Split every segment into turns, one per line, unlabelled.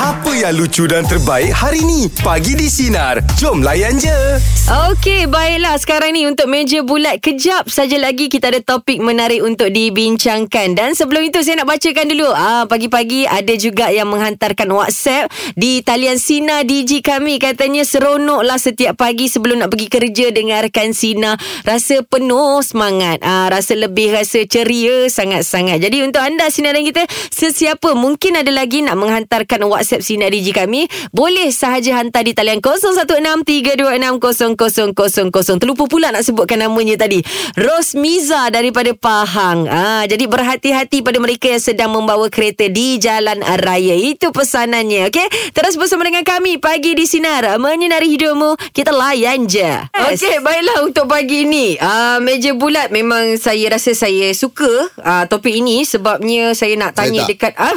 Apa yang lucu dan terbaik hari ni? Pagi di Sinar. Jom layan je.
Okey, baiklah. Sekarang ni untuk meja bulat kejap saja lagi kita ada topik menarik untuk dibincangkan. Dan sebelum itu saya nak bacakan dulu. Ah, pagi-pagi ada juga yang menghantarkan WhatsApp di talian Sina DJ kami katanya seronoklah setiap pagi sebelum nak pergi kerja dengarkan Sina. Rasa penuh semangat. Ah, rasa lebih rasa ceria sangat-sangat. Jadi untuk anda sinaran kita sesiapa mungkin ada lagi nak menghantarkan WhatsApp Sina DJ kami, boleh sahaja hantar di talian 0163260000. Terlupa pula nak sebutkan namanya tadi. Rosmiza daripada Pahang. Ah, jadi berhati-hati pada mereka yang sedang membawa kereta di jalan raya. Itu pesanannya, okey? Terus bersama dengan kami pagi di sinar ah, menyinari hidupmu. Kita layan je. Yes. Okey, baiklah untuk pagi ini. Ah, meja bulat memang saya rasa saya suka ah, topik ini sebabnya saya nak
Saya
tanya
tak.
dekat ah.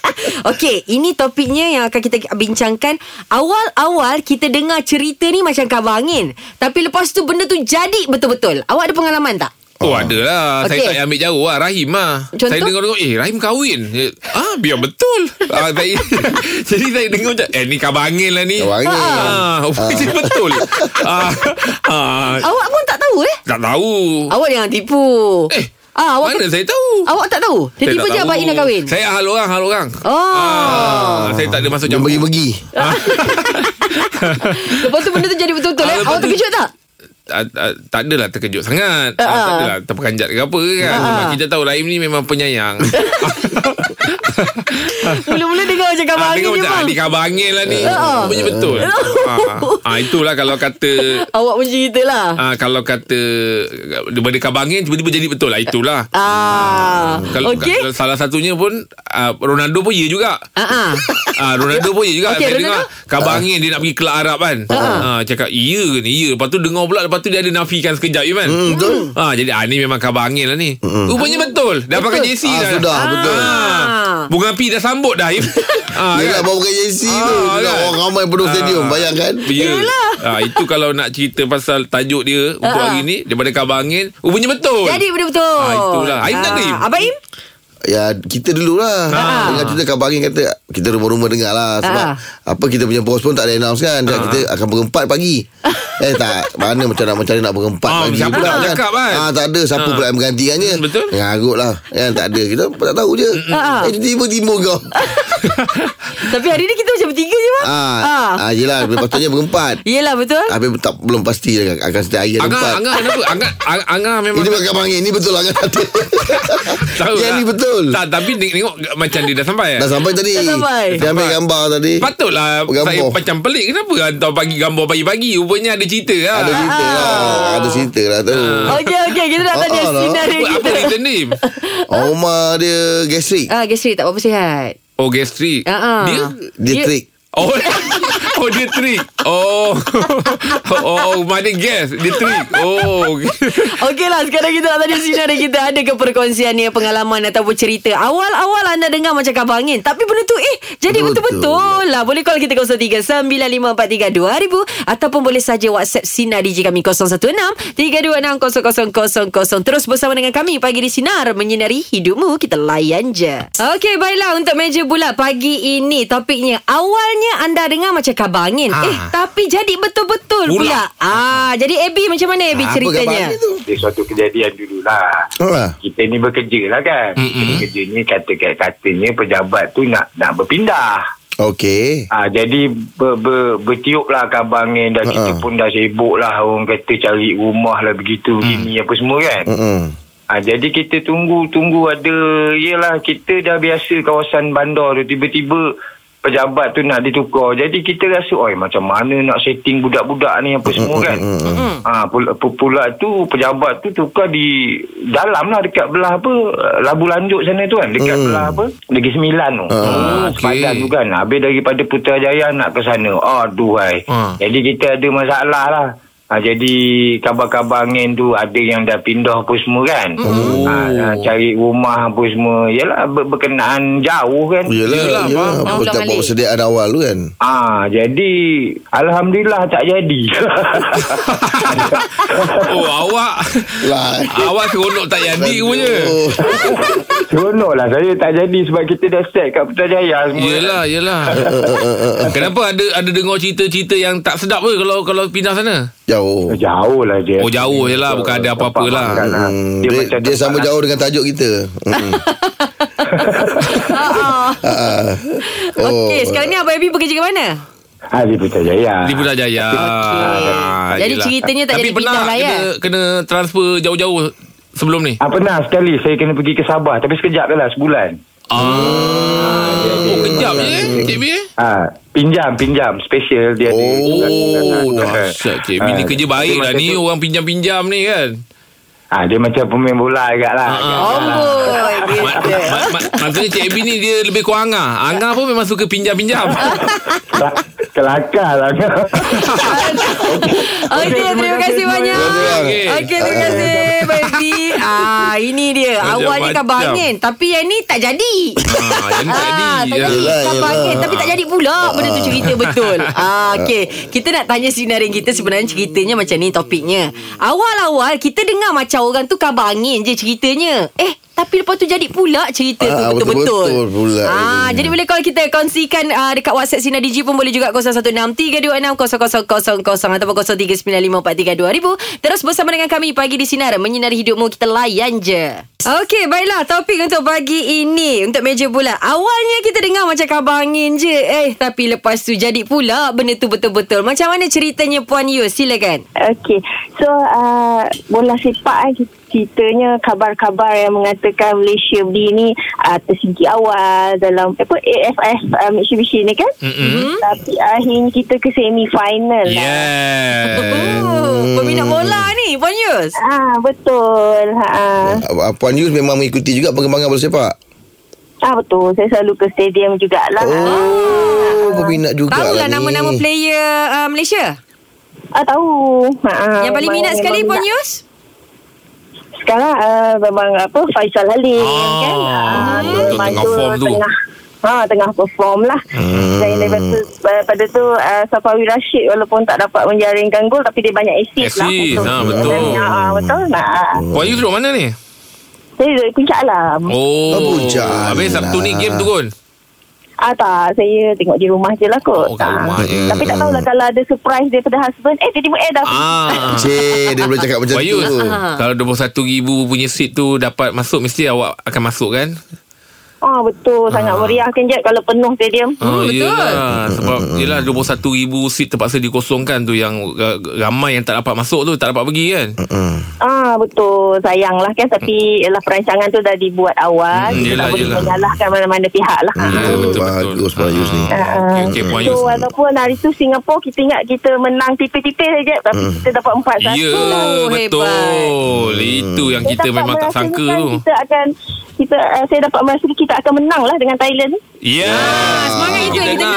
Okey, ini topiknya yang akan kita bincangkan. Awal-awal kita dengar cerita ni macam kabar angin. Tapi lepas tu benda tu jadi betul-betul. Awak ada pengalaman tak?
Oh
Ah.
ada lah okay. Saya
Okey.
tak payah ambil jauh lah Rahim lah
Contoh?
Saya dengar-dengar Eh Rahim kahwin Eh, Ah biar betul ah, saya, Jadi saya dengar macam Eh ni kabar angin lah ni
Kabar angin.
ah, Jadi betul ah, ah,
Awak pun tak tahu eh?
Tak tahu
Awak jangan tipu.
Eh
Ah, awak
Mana saya tahu
awak tak tahu. Dia
Saya
tiba je
tak tahu.
abang Ina kahwin.
Saya hal orang Hal orang
Oh.
ah, Saya tak ada masuk
Dia
campur
bagi-bagi
Lepas tu benda tu jadi betul-betul
Ah,
eh?
lepas
Awak
tu-
terkejut tak?
Ah, ah, tak adalah terkejut sangat uh,
Ah, ah.
Tak adalah terperanjat ke apa ke kan
Ah.
Memang Kita tahu Rahim ni memang penyayang
Mula-mula dengar macam kabar
Ah,
angin
tengok
je
macam ah,
bang.
ni kabar angin lah ni.
Ah.
Bunyi betul. Ah, ah, itulah kalau kata
Awak pun cerita lah.
ah, kalau kata daripada kabar angin tiba-tiba jadi betul lah itulah.
Ah,
Kalau,
okey.
kalau salah satunya pun ah, Ronaldo pun ya juga.
Ah, ah.
Ah Ronaldo pun ya juga
Okey,
Saya
Ronaldo? Ah.
dengar Kabar angin Dia nak pergi Kelab Arab kan ah, Cakap iya ke ni Iya Lepas tu dengar pula Lepas tu dia ada nafikan sekejap you, man.
Hmm, Betul Hmm.
ah, Jadi ah, ni memang kabar angin lah ni Rupanya betul Dah pakai JC
Ah,
dah
Sudah betul
ah. Bunga P dah sambut dah Im. ah,
Dia
kan?
nak bawa bukan JC tu
Ah,
Dia nak
kan?
Orang ramai penuh stadium Bayangkan
Ya. Ha, itu kalau nak cerita pasal tajuk dia untuk
lah. Ah.
hari ni daripada kabar angin, rupanya betul.
Jadi benda betul.
Ah, itulah. Aim tak ada, Im?
Abang Im?
Ya kita dulu lah
Ah.
Dengar cerita Kabar Angin kata Kita rumah-rumah dengar lah Sebab
Ah.
Apa kita punya bos pun Tak ada announce kan
Ah.
Dan Kita akan berempat pagi Eh tak Mana macam nak Macam mana nak berempat
Ah,
pagi
siapa nak cakap kan?
Ah, Tak ada Siapa
Ah.
pula yang menggantikannya
Hmm, betul.
Ngarut lah kan, Tak ada Kita tak tahu je
Ah.
Eh tiba-tiba kau
Tapi hari ni kita macam bertiga je bang.
Ah, ah. Yelah Patutnya berempat
Yelah betul.
Habis tak, belum pasti lah, Akan setiap hari ada
Angah,
empat
Angah kenapa? Angah, Angah, Angah memang
Ini bukan kabar angin Ini betul lah kan
tahu
Yang
tak?
ni betul
Tak, tapi tengok, tengok macam dia dah sampai. eh?
Dah sampai tadi
Dah sampai.
Dia ambil
Sampai.
gambar tadi
Patutlah
Gambar.
saya macam pelik kenapa hantar pagi gambar pagi-pagi rupanya ada cerita lah.
Ada cerita lah Ada cerita lah
Ah.
tu
Ah. Okey okey kita nak
Ah,
tanya
ah, lah.
sinari
apa, apa
kita.
cerita ni?
Omar dia gastrik
Ah, gastrik tak apa-apa sihat.
Oh, gastrik.
Ah, ah.
Dia
Dia
dia-
trik
Oh, oh dia trick. Oh. Oh, mana gas? Dia trick. Oh.
Okey lah sekarang kita nak tanya sinari kita ada ke perkongsian ni pengalaman ataupun cerita. Awal-awal anda dengar macam kabar angin tapi benda tu eh jadi
Betul.
betul-betul lah. Boleh call kita 0395432000 ataupun boleh saja WhatsApp Sinar DJ kami 0163260000 terus bersama dengan kami pagi di Sinar menyinari hidupmu kita layan je. Okey baiklah untuk meja bulat pagi ini topiknya awalnya anda dengar macam kabar angin
Ah.
eh tapi jadi betul-betul pula.
Pula.
Ah jadi AB macam mana AB
Apa
ceritanya?
gambar tu
Dia suatu kejadian dululah.
Alah.
Kita ni bekerja lah kan. Kita bekerja ni kata katanya pejabat tu nak nak berpindah.
Okey
Ha, jadi ber, ber, bertiup lah kabar angin dah kita
Ha-ha.
pun dah sibuk lah orang kata cari rumah lah begitu begini apa semua kan.
Mm-mm.
Ha, jadi kita tunggu tunggu ada yelah kita dah biasa kawasan bandar tu tiba-tiba pejabat tu nak ditukar. Jadi kita rasa oi macam mana nak setting budak-budak ni apa semua kan.
Mm.
Ha, pula, pu- pula tu pejabat tu tukar di dalam lah dekat belah apa uh, Labu Lanjuk sana tu kan dekat
Hmm.
belah apa Negeri Sembilan tu.
Ah,
Hmm,
okey.
Sepadan tu kan. Habis daripada Putrajaya nak ke sana. Aduh hai.
Ah.
Jadi kita ada masalah lah. Ha, jadi kabar-kabar angin tu ada yang dah pindah apa semua kan.
Oh.
Ha, cari rumah apa semua. Yalah ber- berkenaan jauh kan.
Yelah, yelah, yelah.
Yelah, faham,
faham.
Apa
Ulang
dapat
balik.
persediaan awal tu kan.
Ah, jadi alhamdulillah tak jadi.
Oh awak
Lah.
Awak seronok tak jadi punya
Oh.
Seronoklah saya tak jadi sebab kita dah set kat Putrajaya semua.
Yelah yelah Kenapa ada ada dengar cerita-cerita yang tak sedap ke Kalau kalau pindah sana
Jauh.
Jauh lah dia.
Oh, jauh je lah, bukan ada apa-apa lah.
Tempat makan lah.
Hmm, dia, dia, dia
tempat
sama
lah.
jauh dengan tajuk kita. Hmm. Ah.
Oh. Ha, Okey, sekarang ni Abang Abi bekerja ke mana?
Ha, di Putrajaya.
Di Putrajaya
Okey. Jadi ceritanya tak
Tapi
jadi
pernah
pindah lah, ya?
kena, kena transfer jauh-jauh sebelum ni
Ah, pernah sekali saya kena pergi ke Sabah tapi sekejap je lah sebulan.
Ah, Oh kejap je eh, Cik B eh
Ah, pinjam pinjam special dia ada.
Oh dahsyat Cik B ni
Ah,
kerja baik
dia
lah
masa
ni
tu-
Orang pinjam-pinjam ni kan
Ah, dia macam pemain bola agak lah.
Ah, ah.
Amboi.
Ma- ma- ma- Maksudnya Cik B ni dia lebih kurang Angah Angah pun memang suka pinjam-pinjam
Kela- Kelakar lah.
Okey, terima kasih banyak.
Okey.
Okey, terima kasih Baby. Ah, ini dia.
Macam
Awalnya kan
macam.
bangin, tapi yang ni tak jadi.
Ah, yang ya. ni tak
Ah,
jadi.
tak jadi Kau
Yelah, yelah. Ah.
panggil Tapi tak jadi pula Benda tu cerita betul ah, Okay Kita nak tanya sinarin kita Sebenarnya ceritanya macam ni topiknya Awal-awal Kita dengar macam orang tu Kabar angin je ceritanya Eh tapi lepas tu jadi pula cerita tu
Ah,
betul-betul.
betul-betul pula.
Ah, jadi boleh kalau kita kongsikan uh, dekat WhatsApp Sinar Digi pun boleh juga 0163260000 ataupun 0395432000. Terus bersama dengan kami pagi di Sinar menyinari hidupmu kita layan je. Okey, baiklah topik untuk pagi ini untuk meja bulat. Awalnya kita dengar macam kabar angin je. Eh, tapi lepas tu jadi pula benda tu betul-betul. Macam mana ceritanya Puan Yu? Silakan.
Okey. So uh, bola sepak kan ceritanya kabar-kabar yang mengatakan Malaysia B ni uh, tersingkir awal dalam eh, apa AFF uh, Mitsubishi ni kan. Mm-hmm. Tapi akhirnya kita ke semi final lah.
Yes
Oh, peminat bola ni Puan Yus.
Ah betul. Ha.
Ah, Puan Yus memang mengikuti juga perkembangan bola sepak.
Ah betul. Saya selalu ke stadium jugalah.
Oh, peminat juga
Tahu lah
ni.
nama-nama player uh, Malaysia.
Ah tahu. Ha.
Yang paling
memang-
minat sekali Puan
memang minat.
Yus.
Sekarang uh, memang apa Faisal Halim
Ah,
kan. Ah,
betul,
memang
tengah form tu.
Tengah Ha, tengah perform lah hmm. Dan lepas tu eh, Pada tu uh, Safawi Rashid Walaupun tak dapat menjaringkan gol Tapi dia banyak assist,
Assist,
lah
ah, betul.
ha, Betul nah,
Puan Yu duduk mana ni?
Saya duduk puncak alam oh.
Oh
Abuja
Habis Sabtu ni
lah.
game tu kon
ah, Tak saya tengok di rumah je lah kot
Oh, kat
Ah.
rumah je. Hmm.
Tapi tak tahulah Kalau ada surprise daripada husband Eh tiba-tiba eh dah
Ah
Cik, dia boleh cakap macam
Puan Yu
tu.
Kalau RM21,000 punya seat tu Dapat masuk Mesti awak akan masuk kan
ah, Betul sangat meriah kan je Kalau penuh stadium
Oh,
betul.
Hmm,
yelah. Sebab yelah RM21,000 seat terpaksa dikosongkan tu Yang uh, ramai yang tak dapat masuk tu Tak dapat pergi kan
Hmm.
Ah betul sayang lah kan tapi ialah perancangan tu dah dibuat awal
Hmm,
kita
yelah,
tak boleh
yelah.
menyalahkan mana-mana pihak lah.
Ya,
Oh, bagus Puan Yus ni.
Ah, Okey okey, Puan Yus
So walaupun hari tu Singapura kita ingat kita menang tipis-tipis saja tapi kita dapat empat
Ya
satu. lah.
Oh,
betul
Hmm.
Itu yang
Saya
kita
dapat
memang tak
merasakan
sangka tu
kan Kita akan kita uh, saya dapat merasa kita akan menang lah dengan Thailand.
Ya
semangat itu yang kita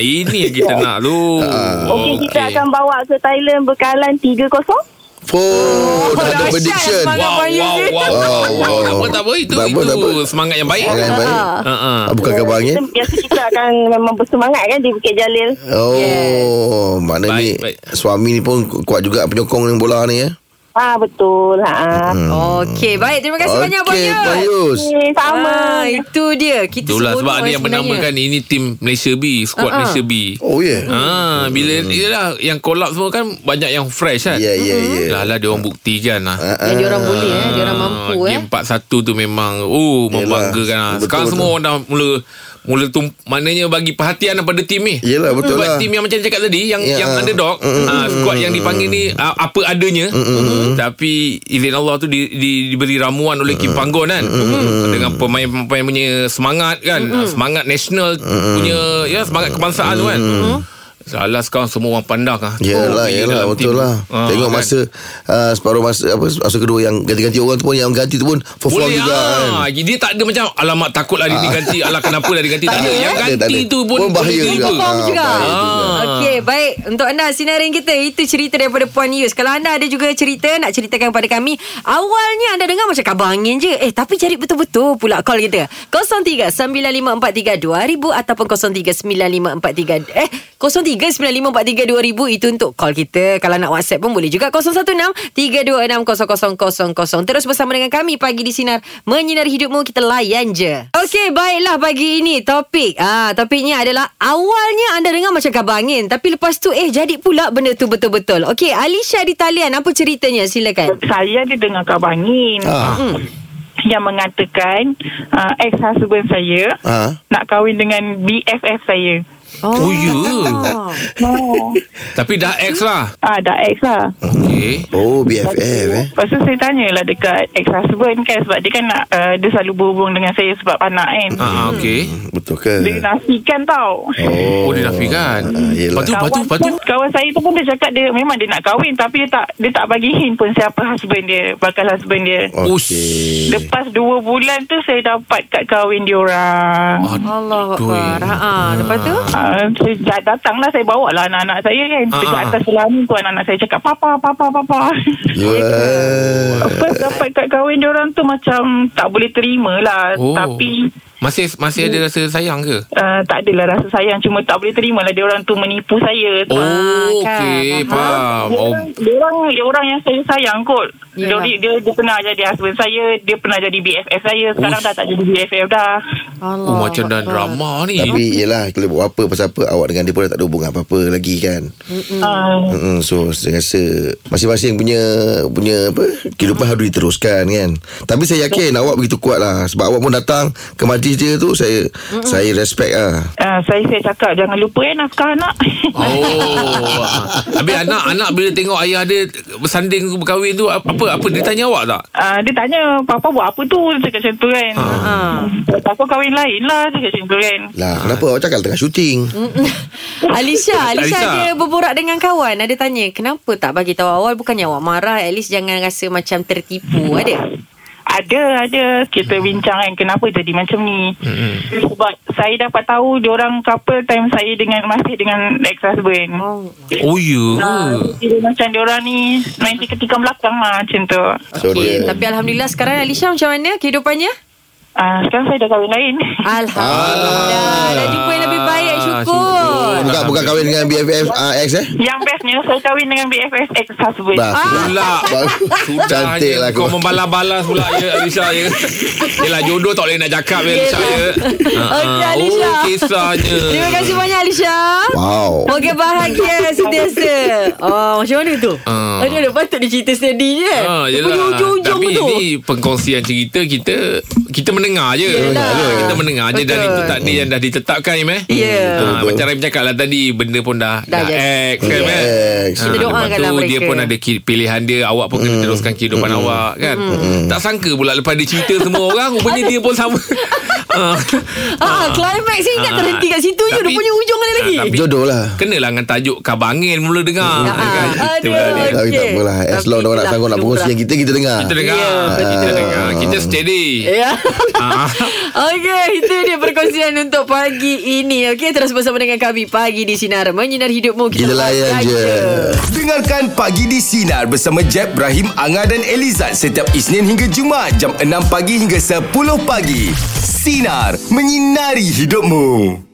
Ini yang kita nak tu
Ah,
Oh,
Okey kita akan bawa ke Thailand bekalan 3-0.
Oh, dah ada
dahsyat
prediction.
semangat.
Wow, wow, wow, wow, wow. Tak apa, tak apa. Itu,
Tak apa,
itu
tak apa.
semangat yang baik.
Orang yang baik.
Ha, ha.
Ah, Bukan kabar angin.
Kita, biasa kita akan memang bersemangat kan di Bukit Jalil.
Oh, mana ni
Baik, baik.
suami ni pun kuat juga penyokong dengan bola ni ya.
Ah betul. Ha. Hmm.
Okey, baik. Terima kasih banyak Puan
Okey,
Yus.
Puan Yus.
sama.
Ah, itu dia. Kita
Itulah
seronok
sebab ada
eh
yang
sebenarnya.
menamakan ini tim Malaysia B,
Ha,
skuad
ha.
Malaysia B.
Oh, ya.
Ha, bila yalah yang collab semua kan banyak yang fresh kan.
Ya, ya, ya. Ha.
Lah lah dia orang buktikan lah.
Ah,
Ya, dia orang boleh eh, dia orang mampu eh.
Ah, Ha, Game 4-1 tu memang Oh membanggakan lah.
Betul,
Sekarang
betul.
semua orang dah mula Mula tum, Maknanya bagi perhatian Daripada tim ni
Yelah, betul
Buat
lah.
tim yang macam cakap tadi Yang
Ya.
yang underdog mm, uh, Squad yang dipanggil ni uh, Apa adanya mm, Tapi Izin Allah tu di, di, Diberi ramuan oleh Kim Panggon kan mm, Dengan pemain-pemain Ah, punya Semangat kan mm, Semangat national mm, Punya ya Semangat kebangsaan tu kan mm. Salah sekarang semua orang pandang ah.
Yelah,
Dia
yelah,
dalam
betul
tim.
lah.
Ah,
Tengok
kan?
masa uh, separuh masa apa masa kedua yang ganti-ganti orang tu pun yang ganti tu pun perform
Boleh
juga kan. Ah.
ah. Dia tak ada macam Alamak takutlah dia diganti Alah kenapa lah diganti Tak ada Yang
Tak ada, tak
ganti
ada.
tu pun
Pun bahaya
boleh
juga.
jumpa.
Perform
Ah,
juga.
baik
juga.
Okey, baik. Untuk anda sinarin kita, itu cerita daripada Puan Yus. Kalau anda ada juga cerita nak ceritakan kepada kami, awalnya anda dengar macam kabar angin je. Eh, tapi cari betul-betul pula call kita. 0395432000 ataupun 039543 eh 0395432000 itu untuk call kita. Kalau nak WhatsApp pun boleh juga 0163260000. Terus bersama dengan kami pagi di sinar menyinari hidupmu kita layan je. Okey, baiklah pagi ini topik. Ah, topiknya adalah awalnya anda dengar macam kabar angin tapi lepas tu eh jadi pula benda tu betul-betul. Okey, Alisha di talian apa ceritanya? Silakan.
Saya ada dengar kabar angin
Ah.
Hmm.
yang mengatakan uh, ex-husband saya
Ah.
nak kahwin dengan BFF saya.
Oh, ya.
Oh.
Tapi dah ex lah
ah, dah ex lah.
Okay
Oh BFF eh.
Lepas tu saya tanyalah dekat ex-husband kan sebab dia kan nak, uh, dia selalu berhubung dengan saya sebab anak kan.
Ah, okay
Betul ke?
Dia nafikan tau.
Oh, dia nafikan
Ah, yelah.
Lepas tu, lepas tu, lepas tu
pun, kawan saya tu pun dia cakap dia memang dia nak kahwin tapi dia tak dia tak bagi hint pun siapa husband dia, bakal husband dia.
Oh, Okey.
Lepas dua bulan tu saya dapat kad kahwin dia
Ah,
orang.
Allah
Betul.
Akbar. Ha, ah, lepas tu?
Uh, saya dah- datanglah saya bawa lah anak-anak saya kan
Ah,
uh
ah.
atas selami tu anak-anak saya cakap papa papa papa
Yelah.
lepas dapat kat kahwin diorang tu macam tak boleh terima lah oh. tapi
Masih masih ada rasa sayang ke?
uh, tak adalah rasa sayang cuma tak boleh terima lah diorang tu menipu saya Ah,
Oh,
kan.
okey, faham. Oh,
Diorang, diorang, diorang yang saya sayang kot dia,
Yelah.
dia, dia pernah jadi husband saya Dia pernah jadi BFF saya Sekarang
Ush.
dah tak jadi BFF dah
Allah.
oh macam dah
Akbar.
drama
Eh,
ni.
Tapi yelah Kita buat apa Pasal apa Awak dengan dia pun dah Tak ada hubungan apa-apa lagi kan
Ah,
Mm-mm, So saya rasa Masing-masing punya Punya apa Kehidupan harus diteruskan kan Tapi saya yakin Awak begitu kuat lah Sebab awak pun datang Ke majlis dia tu Saya Saya respect lah
ah, Saya saya cakap Jangan lupa eh nafkah anak
Oh. Habis anak-anak bila tengok ayah dia bersanding berkahwin tu apa apa apa dia tanya awak tak?
Uh, dia tanya Papa buat apa tu Dia cakap macam tu kan
Ha.
Papa kahwin lain lah Dia cakap macam tu kan
Ah.
Lah kenapa awak cakap Tengah syuting
Alisha, Alisha
Alisha.
ada berborak dengan kawan. Ada tanya, kenapa tak bagi tahu awal? Bukannya awak marah, at least jangan rasa macam
Hmm.
tertipu. Ada?
Ada ada Kita bincang kan Kenapa jadi macam ni hmm. Sebab saya dapat tahu Diorang couple time saya dengan Masih dengan ex-husband
Oh.
Oh ya.
Ah, Kira macam diorang ni Main ketika belakang lah Macam tu
So
Okay.
dia
Tapi Alhamdulillah sekarang Alisha macam mana kehidupannya?
uh, Sekarang saya dah kahwin lain
Ah. Alhamdulillah. Dah jumpa yang lebih baik.
Ah,
Syukur.
Syukur.
Bukan, bukan kahwin dengan BFF uh, X eh
Yang bestnya Saya kahwin dengan BFF ex-husband
Bah,
Ah.
Pula.
Sudah Cantik lah
ya. Kau
kau
membalas-balas pula ya Alisha ya. Yelah jodoh tak boleh nak cakap ya Alisha ya.
Yelah.
Ah,
Okey,
ah.
Alisha.
Oh kisahnya.
Terima kasih banyak Alisha.
Wow
Moga bahagia sentiasa. Oh, macam mana tu?
Ah.
Aduh, dia patut dia cerita sedih je.
Ah,
kan? Dia
yelah.
punya hujung-hujung
Tapi
tu.
ini pengkongsian cerita kita kita mendengar je. Ah,
Yelah.
Kita mendengar je dan
Betul.
itu tadi yang dah ditetapkan Im eh.
Ya.
Ah,
Betul.
macam Rahim cakap lah tadi benda pun dah
Dah
dah,
jadi.
ex kan
Dah
kan.
ex.
Ah,
Kita
lepas
doakanlah
tu, Dia
mereka. Hmm.
pun ada ki- pilihan dia, awak pun kena teruskan kehidupan awak kan.
Hmm.
Tak sangka pula lepas dia cerita semua orang rupanya dia pun sama. Ah.
Ah, climax saya ingat
Ah.
terhenti kat situ je. Dia
Tapi-
punya hujung ada lagi.
Ah, tapi-
Jodoh lah
Kenalah dengan tajuk Kabar Angin mula dengar.
Ah,
kan?
ah.
Itu lah dia.
Aduh.
Tapi tak
Okey.
apalah As
Tapi
long orang nak
itulah lah.
sanggup Nak
lumrah.
berkongsi dengan kita Kita dengar
Kita dengar.
Ya.
Kita dengar. Kita steady.
Ya.
Ah.
Okey, itu dia perkongsian untuk pagi ini. Okey, terus bersama dengan kami pagi di Sinar Menyinar Hidupmu.
Kita layan je
Dengarkan Pagi di Sinar bersama Jeb, Ibrahim, Anga dan Elizad setiap Isnin hingga Jumaat jam 6 pagi hingga 10 pagi. Sinar. Menyinari hidupmu.